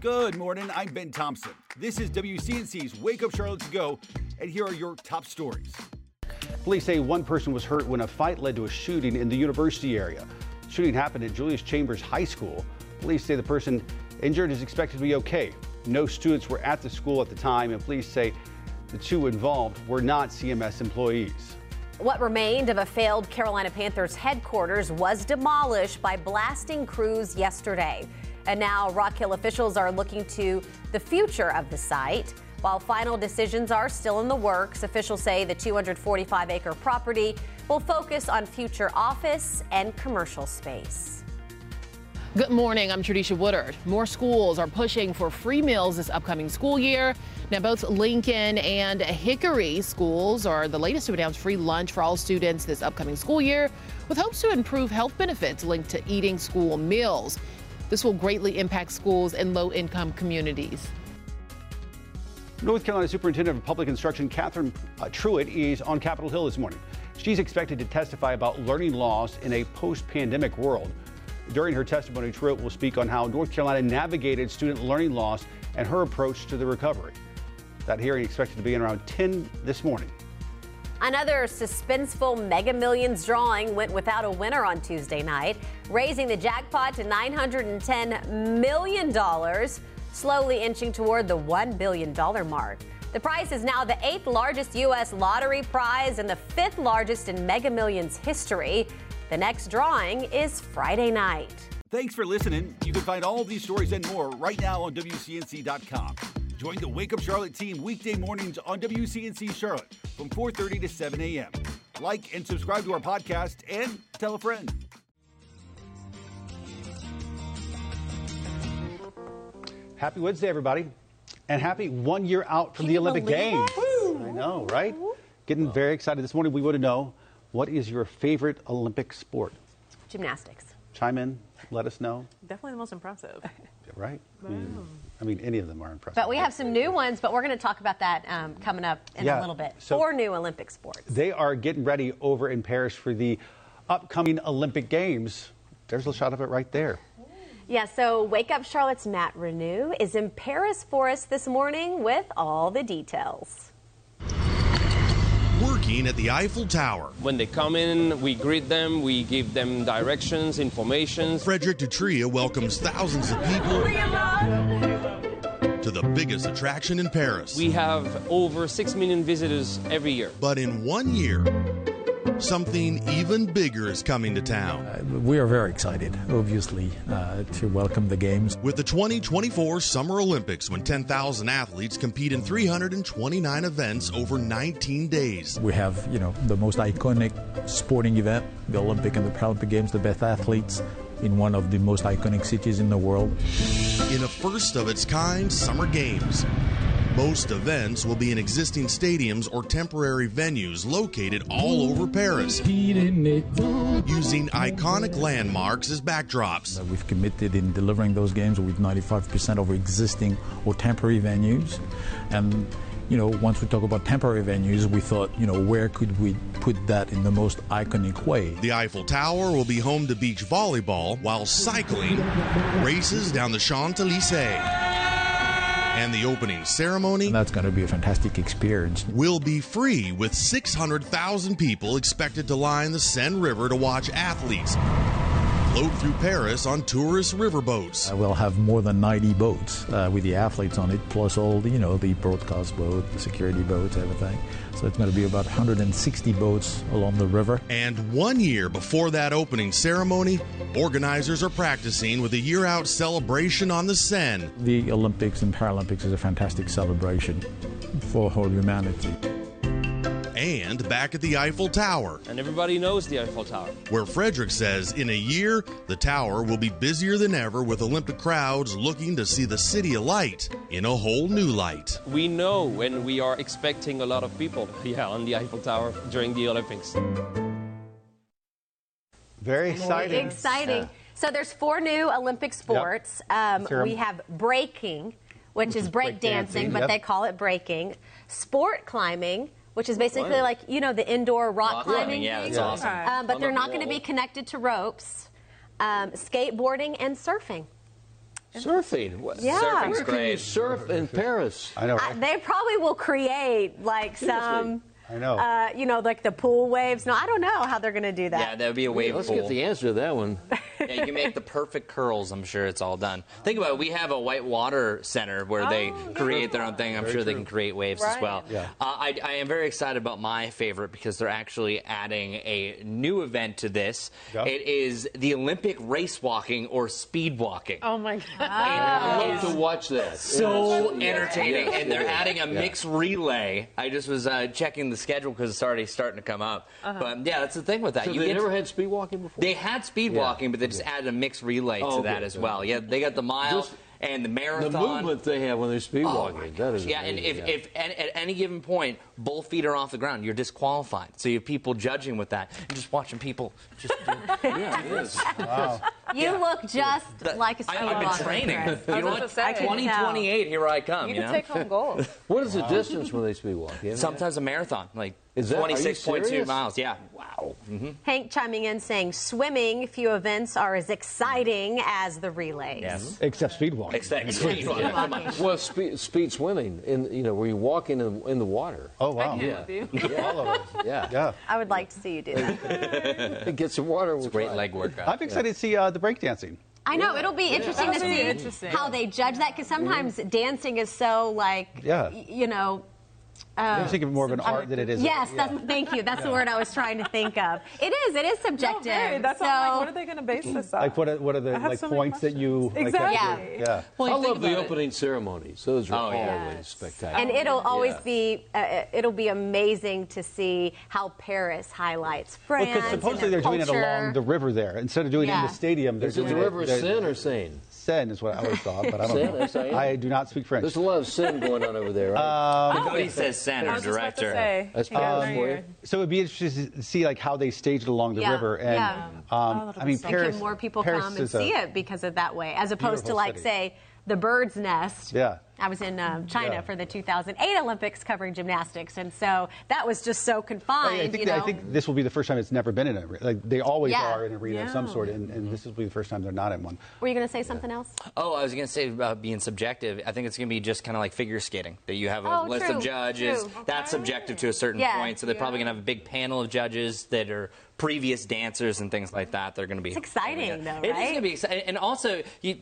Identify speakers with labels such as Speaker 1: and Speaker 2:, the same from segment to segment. Speaker 1: Good morning. I'm Ben Thompson. This is WCNC's Wake Up Charlotte to Go, and here are your top stories.
Speaker 2: Police say one person was hurt when a fight led to a shooting in the university area. Shooting happened at Julius Chambers High School. Police say the person injured is expected to be okay. No students were at the school at the time, and police say the two involved were not CMS employees.
Speaker 3: What remained of a failed Carolina Panthers headquarters was demolished by blasting crews yesterday. And now Rock Hill officials are looking to the future of the site. While final decisions are still in the works, officials say the 245 acre property will focus on future office and commercial space.
Speaker 4: Good morning. I'm Tradisha Woodard. More schools are pushing for free meals this upcoming school year. Now, both Lincoln and Hickory schools are the latest to announce free lunch for all students this upcoming school year, with hopes to improve health benefits linked to eating school meals. This will greatly impact schools in low income communities.
Speaker 2: North Carolina Superintendent of Public Instruction Catherine uh, Truitt is on Capitol Hill this morning. She's expected to testify about learning loss in a post pandemic world. During her testimony, Truitt will speak on how North Carolina navigated student learning loss and her approach to the recovery. That hearing expected to be in around 10 this morning.
Speaker 3: Another suspenseful Mega Millions drawing went without a winner on Tuesday night, raising the jackpot to $910 million, slowly inching toward the $1 billion mark. The prize is now the eighth largest U.S. lottery prize and the fifth largest in Mega Millions history. The next drawing is Friday night.
Speaker 1: Thanks for listening. You can find all these stories and more right now on WCNC.com. Join the Wake Up Charlotte team weekday mornings on WCNC Charlotte from 4:30 to 7 a.m. Like and subscribe to our podcast and tell a friend.
Speaker 2: Happy Wednesday, everybody. And happy one year out from
Speaker 5: Can
Speaker 2: the
Speaker 5: you
Speaker 2: Olympic
Speaker 5: believe
Speaker 2: Games.
Speaker 5: it? Woo!
Speaker 2: I know, right? Getting very excited. This morning we want to know what is your favorite Olympic sport?
Speaker 3: Gymnastics.
Speaker 2: Chime in, let us know,
Speaker 5: Definitely the most impressive.
Speaker 2: right? I mean, I mean, any of them are impressive.
Speaker 3: But we have some new ones, but we're going to talk about that um, coming up in
Speaker 2: Yeah,
Speaker 3: a little bit.
Speaker 2: so-
Speaker 3: Four new Olympic sports.
Speaker 2: They are getting ready over in Paris for the upcoming Olympic Games. There's a shot of it right there.
Speaker 3: Yeah, so Wake Up Charlotte's Matt Renew is in Paris for us this morning with all the details.
Speaker 6: working at the Eiffel Tower.
Speaker 7: When they come in, we greet them, we give them directions, informations.
Speaker 6: Frederick Dutria welcomes thousands of people to the biggest attraction in Paris.
Speaker 7: We have over 6 million visitors every year.
Speaker 6: but in one year, something even bigger is coming to town
Speaker 8: We are very excited, obviously, uh, to welcome the games.
Speaker 6: with the 2024 Summer Olympics when 10,000 athletes compete in 329 events over 19 days.
Speaker 8: We have, you know, the most iconic sporting event, the Olympic and the Paralympic Games, the best athletes in one of the most iconic cities in the world.
Speaker 6: In a first of its kind Summer Games, most events will be in existing stadiums or temporary venues located all over Paris. using iconic landmarks as backdrops.
Speaker 8: We've committed in delivering those games with 95% of existing or temporary venues. And, you know, once we talk about temporary venues, we thought, you know, where could we put that in the most iconic way?
Speaker 6: The Eiffel Tower will be home to beach volleyball while cycling races down the Champs Elysees. And the opening ceremony
Speaker 8: And that's going to be a fantastic experience.
Speaker 6: will be free with 600,000 people expected to line the Seine River to watch athletes float through Paris on tourist riverboats.
Speaker 8: Uh, We'll have more than 90 boats uh, with the athletes on it, plus all the, you know the broadcast boat, the security boats, everything. So it's going to be about 160 boats along the river.
Speaker 6: And one year before that opening ceremony, organizers are practicing with a year out celebration on the Seine
Speaker 8: The Olympics and Paralympics is a fantastic celebration for whole humanity.
Speaker 6: and back at the Eiffel Tower,
Speaker 7: And everybody knows the Eiffel Tower.
Speaker 6: where Frederick says in a year, the tower will be busier than ever with Olympic crowds looking to see the city alight in a whole new light.
Speaker 7: We know when we are expecting a lot of people, yeah, on the Eiffel Tower during the Olympics.
Speaker 2: Very exciting.
Speaker 3: Exciting. So there's four new Olympic sports. Um,
Speaker 2: Sarah.
Speaker 3: we have breaking, which is break dancing,
Speaker 2: breakdancing,
Speaker 3: but
Speaker 2: yep.
Speaker 3: they call it breaking. Sport climbing, which is basically like you know the indoor rock,
Speaker 7: Rock
Speaker 3: climbing.
Speaker 7: climbing, yeah, that's
Speaker 3: thing.
Speaker 7: awesome.
Speaker 3: Um, but
Speaker 7: On
Speaker 3: they're
Speaker 7: the
Speaker 3: not going to
Speaker 7: wall.
Speaker 3: be connected to ropes. Um, skateboarding and surfing.
Speaker 5: Surfing. What?
Speaker 3: Yeah. Surfing's
Speaker 5: Where can you
Speaker 7: great.
Speaker 5: surf in Paris?
Speaker 2: I know.
Speaker 3: I, they probably will create like some,
Speaker 2: I know.
Speaker 3: uh, you know, like the pool waves. No, I don't know how they're going to do that.
Speaker 9: Yeah, that would be a wave
Speaker 5: Let's
Speaker 9: pool.
Speaker 5: get the answer to that one.
Speaker 9: yeah, you can make the perfect curls. I'm sure it's all done. Think about it. We have a white water center where they
Speaker 3: Oh,
Speaker 9: create their own thing. I'm sure they can create waves
Speaker 3: Right.
Speaker 9: as well.
Speaker 2: Yeah.
Speaker 9: Uh, I, I am very excited about my favorite because they're actually adding a new event to this.
Speaker 2: Yeah.
Speaker 9: It is the Olympic race walking or speed walking.
Speaker 4: Oh my God.
Speaker 5: I love to watch that.
Speaker 9: so entertaining.
Speaker 5: Yes,
Speaker 9: and
Speaker 5: it
Speaker 9: they're
Speaker 5: is.
Speaker 9: adding a mixed relay. I just was uh, checking the schedule because it's already starting to come up. But yeah, that's the thing with that.
Speaker 5: Uh-huh. So
Speaker 9: you
Speaker 5: they
Speaker 9: get
Speaker 5: never had speed walking before?
Speaker 9: they had speed walking, but they just added a mixed relay
Speaker 5: Oh,
Speaker 9: to that
Speaker 5: good,
Speaker 9: as
Speaker 5: good.
Speaker 9: well. Yeah, they got the mile
Speaker 5: Just
Speaker 9: and the
Speaker 5: the
Speaker 9: marathon.
Speaker 5: movement they have when they're speed
Speaker 9: Oh,
Speaker 5: walking.
Speaker 9: my
Speaker 5: that
Speaker 9: gosh.
Speaker 5: is
Speaker 9: Yeah, and if,
Speaker 5: amazing, yeah.
Speaker 9: if at, at any given point both feet are off the ground, you're disqualified. So you have people judging with that and just watching people. Just do
Speaker 5: yeah, it is.
Speaker 3: you look just
Speaker 9: that.
Speaker 3: like a
Speaker 9: I, I've
Speaker 3: supermodel,
Speaker 9: been training.
Speaker 3: Chris.
Speaker 9: You know
Speaker 10: about to
Speaker 9: what?
Speaker 10: say. I can
Speaker 9: 2028, here I come. You, know?
Speaker 10: home gold.
Speaker 5: What is the distance when they speed walk? You know?
Speaker 9: Sometimes a marathon, like
Speaker 5: Is that- are you
Speaker 9: 26.2
Speaker 5: serious?
Speaker 9: miles. Yeah. Wow.
Speaker 3: Hank chiming in saying swimming few events are as exciting as the relays.
Speaker 9: Yes.
Speaker 2: Except speed walking.
Speaker 9: Exactly.
Speaker 5: Well, speed, speed swimming, in, you know, where you're walking in, in the water.
Speaker 2: Oh, wow.
Speaker 10: I'm with you.
Speaker 2: All of us.
Speaker 5: Yeah.
Speaker 2: Yeah.
Speaker 3: I would like to see you do that.
Speaker 5: It gets some water. It's
Speaker 9: Great leg workout.
Speaker 2: I'm excited to see uh, the breakdancing.
Speaker 3: I know it'll be interesting to
Speaker 10: That'll be
Speaker 3: see
Speaker 10: interesting.
Speaker 3: how they judge that because sometimes dancing is so like,
Speaker 2: Yeah.
Speaker 3: y- you know,
Speaker 2: I just think of it more of an art than it is. a-
Speaker 3: Oh. Yes, that's, thank you. That's the word I was trying to think of. It is. It is subjective.
Speaker 10: Oh, that's
Speaker 3: so,
Speaker 10: all I'm like, what are they going to base this on?
Speaker 2: Like what are, what are the
Speaker 10: I have
Speaker 2: like
Speaker 10: so many
Speaker 2: points that you
Speaker 10: questions.
Speaker 2: like,
Speaker 10: Exactly.
Speaker 2: yeah. yeah.
Speaker 5: I
Speaker 4: think
Speaker 5: love the
Speaker 4: about it.
Speaker 5: opening ceremonies. Those are
Speaker 9: Oh, yeah.
Speaker 5: always
Speaker 3: Yes.
Speaker 5: spectacular.
Speaker 3: And it'll always
Speaker 5: Yeah.
Speaker 3: be uh, it'll be amazing to see how Paris highlights France.
Speaker 2: Because
Speaker 3: and
Speaker 2: supposedly
Speaker 3: their
Speaker 2: they're doing it
Speaker 3: culture.
Speaker 2: along the river there. Instead of doing it in
Speaker 3: Yeah.
Speaker 2: the stadium, they're
Speaker 5: Is it
Speaker 2: doing
Speaker 5: the
Speaker 2: it-
Speaker 5: river
Speaker 2: they're-
Speaker 5: Seine or Seine?
Speaker 2: Seine is what I always thought, but I
Speaker 5: Seine,
Speaker 2: don't
Speaker 5: Seine?
Speaker 2: know. I do not speak French.
Speaker 5: There's a lot of sin going on over there. Right?
Speaker 9: Cody Uh, says center,
Speaker 10: I was just about to
Speaker 9: director.
Speaker 10: say.
Speaker 5: That's
Speaker 10: yeah,
Speaker 5: probably
Speaker 10: there you
Speaker 5: where-
Speaker 10: are.
Speaker 2: So it'd be interesting to see like how they staged it along the
Speaker 3: Yeah,
Speaker 2: river, and
Speaker 3: yeah. Oh,
Speaker 10: Oh,
Speaker 2: um, I mean
Speaker 3: And
Speaker 2: Paris.
Speaker 3: can more people
Speaker 2: Paris
Speaker 3: come and
Speaker 2: is a-
Speaker 3: see it because of that way, as opposed to
Speaker 2: beautiful
Speaker 3: like
Speaker 2: city.
Speaker 3: say the bird's nest.
Speaker 2: Yeah.
Speaker 3: I was in um, China
Speaker 2: Yeah.
Speaker 3: for the 2008 Olympics covering gymnastics, and so that was just so confined.
Speaker 2: I, I think
Speaker 3: you
Speaker 2: that-
Speaker 3: know?
Speaker 2: I think this will be the first time it's never been in an arena. Like they always
Speaker 3: Yeah.
Speaker 2: are in an arena of some
Speaker 3: Yeah.
Speaker 2: sort, and, and this will be the first time they're not in one.
Speaker 3: Were you going to say something else?
Speaker 9: Oh, I was going to say about being subjective. I think it's going to be just kind of like figure skating that you have a
Speaker 3: Oh,
Speaker 9: list
Speaker 3: true,
Speaker 9: of judges.
Speaker 3: true.
Speaker 9: That's subjective to a certain
Speaker 3: Yeah.
Speaker 9: point. So they're probably going to have a big panel of judges that are previous dancers and things like that. They're going to be
Speaker 3: It's exciting, though,
Speaker 9: It is
Speaker 3: right?
Speaker 9: going to be exciting, and also you,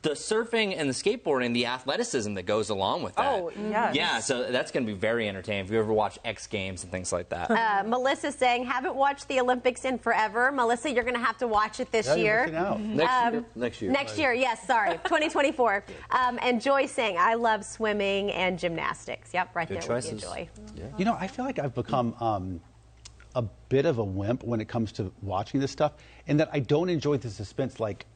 Speaker 9: the surfing and the skateboarding, the athleticism that goes along with that.
Speaker 10: Oh, yes.
Speaker 9: Yeah, so that's going to be very entertaining. If you ever watch X Games and things like that.
Speaker 3: Uh, Melissa saying, haven't watched the Olympics in forever. Melissa, you're going to have to watch it this
Speaker 2: Yeah, you're
Speaker 3: year.
Speaker 2: missing out.
Speaker 3: Mm-hmm.
Speaker 5: Next year. Next year.
Speaker 3: um, Next year, yes, sorry, 2024. Um, and Joy saying, I love swimming and gymnastics. Yep, right
Speaker 9: Good
Speaker 3: there with
Speaker 9: choices.
Speaker 3: you, Joy.
Speaker 2: You know, I feel like I've become um, a bit of a wimp when it comes to watching this stuff, and that I don't enjoy the suspense like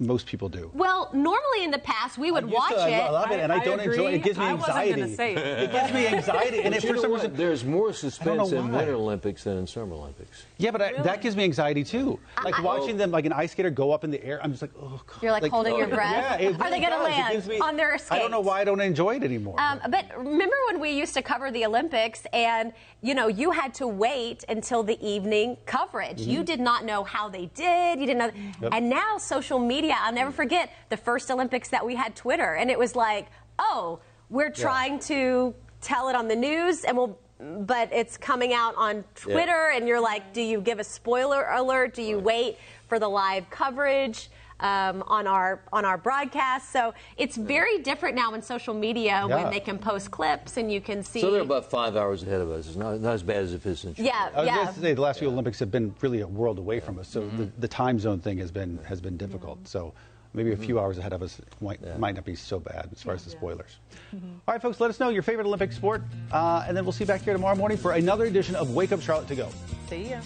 Speaker 2: most people do.
Speaker 3: Well, normally in the past, we would
Speaker 2: I used
Speaker 3: watch
Speaker 2: to, I
Speaker 3: it.
Speaker 2: love it, and I,
Speaker 10: I
Speaker 2: don't
Speaker 10: agree.
Speaker 2: enjoy it. It gives me
Speaker 10: I wasn't gonna
Speaker 2: anxiety.
Speaker 10: say it.
Speaker 2: it gives me anxiety, and
Speaker 5: But
Speaker 2: it,
Speaker 5: you
Speaker 2: for
Speaker 5: know
Speaker 2: some
Speaker 5: what?
Speaker 2: reason,
Speaker 5: there's more suspense in
Speaker 2: why.
Speaker 5: Winter Olympics than in Summer Olympics.
Speaker 2: Yeah, but I, that gives me anxiety too. Like watching them, like an ice skater go up in the air. I'm just like, oh god.
Speaker 3: You're like, holding your
Speaker 2: yeah.
Speaker 3: breath.
Speaker 2: Yeah, it
Speaker 3: Are they
Speaker 2: really
Speaker 3: gonna
Speaker 2: does. It
Speaker 3: land
Speaker 2: gives me-
Speaker 3: on their
Speaker 2: I don't know
Speaker 3: skates?
Speaker 2: why I don't enjoy it anymore.
Speaker 3: Um, but remember when we used to cover the Olympics and, you know, you had to wait until the evening coverage. You did not know how they did. You didn't know. And now social media, I'll never forget the first Olympics that we had Twitter. And it was like, oh, we're trying to tell it on the news and we'll. But it's coming out on Twitter, and you're like, do you give a spoiler alert? Do you wait for the live coverage? um, on our on our broadcast. So it's very different now in social media
Speaker 2: Yeah.
Speaker 3: when they can post clips and you can see.
Speaker 5: So they're about five hours ahead of us. It's not, not as bad as if it's in
Speaker 3: yeah,
Speaker 2: I was
Speaker 3: yeah.
Speaker 2: going to say the last few Olympics have been really a world away from us, so the, the time zone thing has been has been
Speaker 3: Mm-hmm.
Speaker 2: difficult. So maybe a few hours ahead of us might, might not be so bad as far as the spoilers.
Speaker 3: Mm-hmm.
Speaker 2: All right, folks, let us know your favorite Olympic sport, uh, and then we'll see you back here tomorrow morning for another edition of Wake Up Charlotte to Go.
Speaker 10: See ya.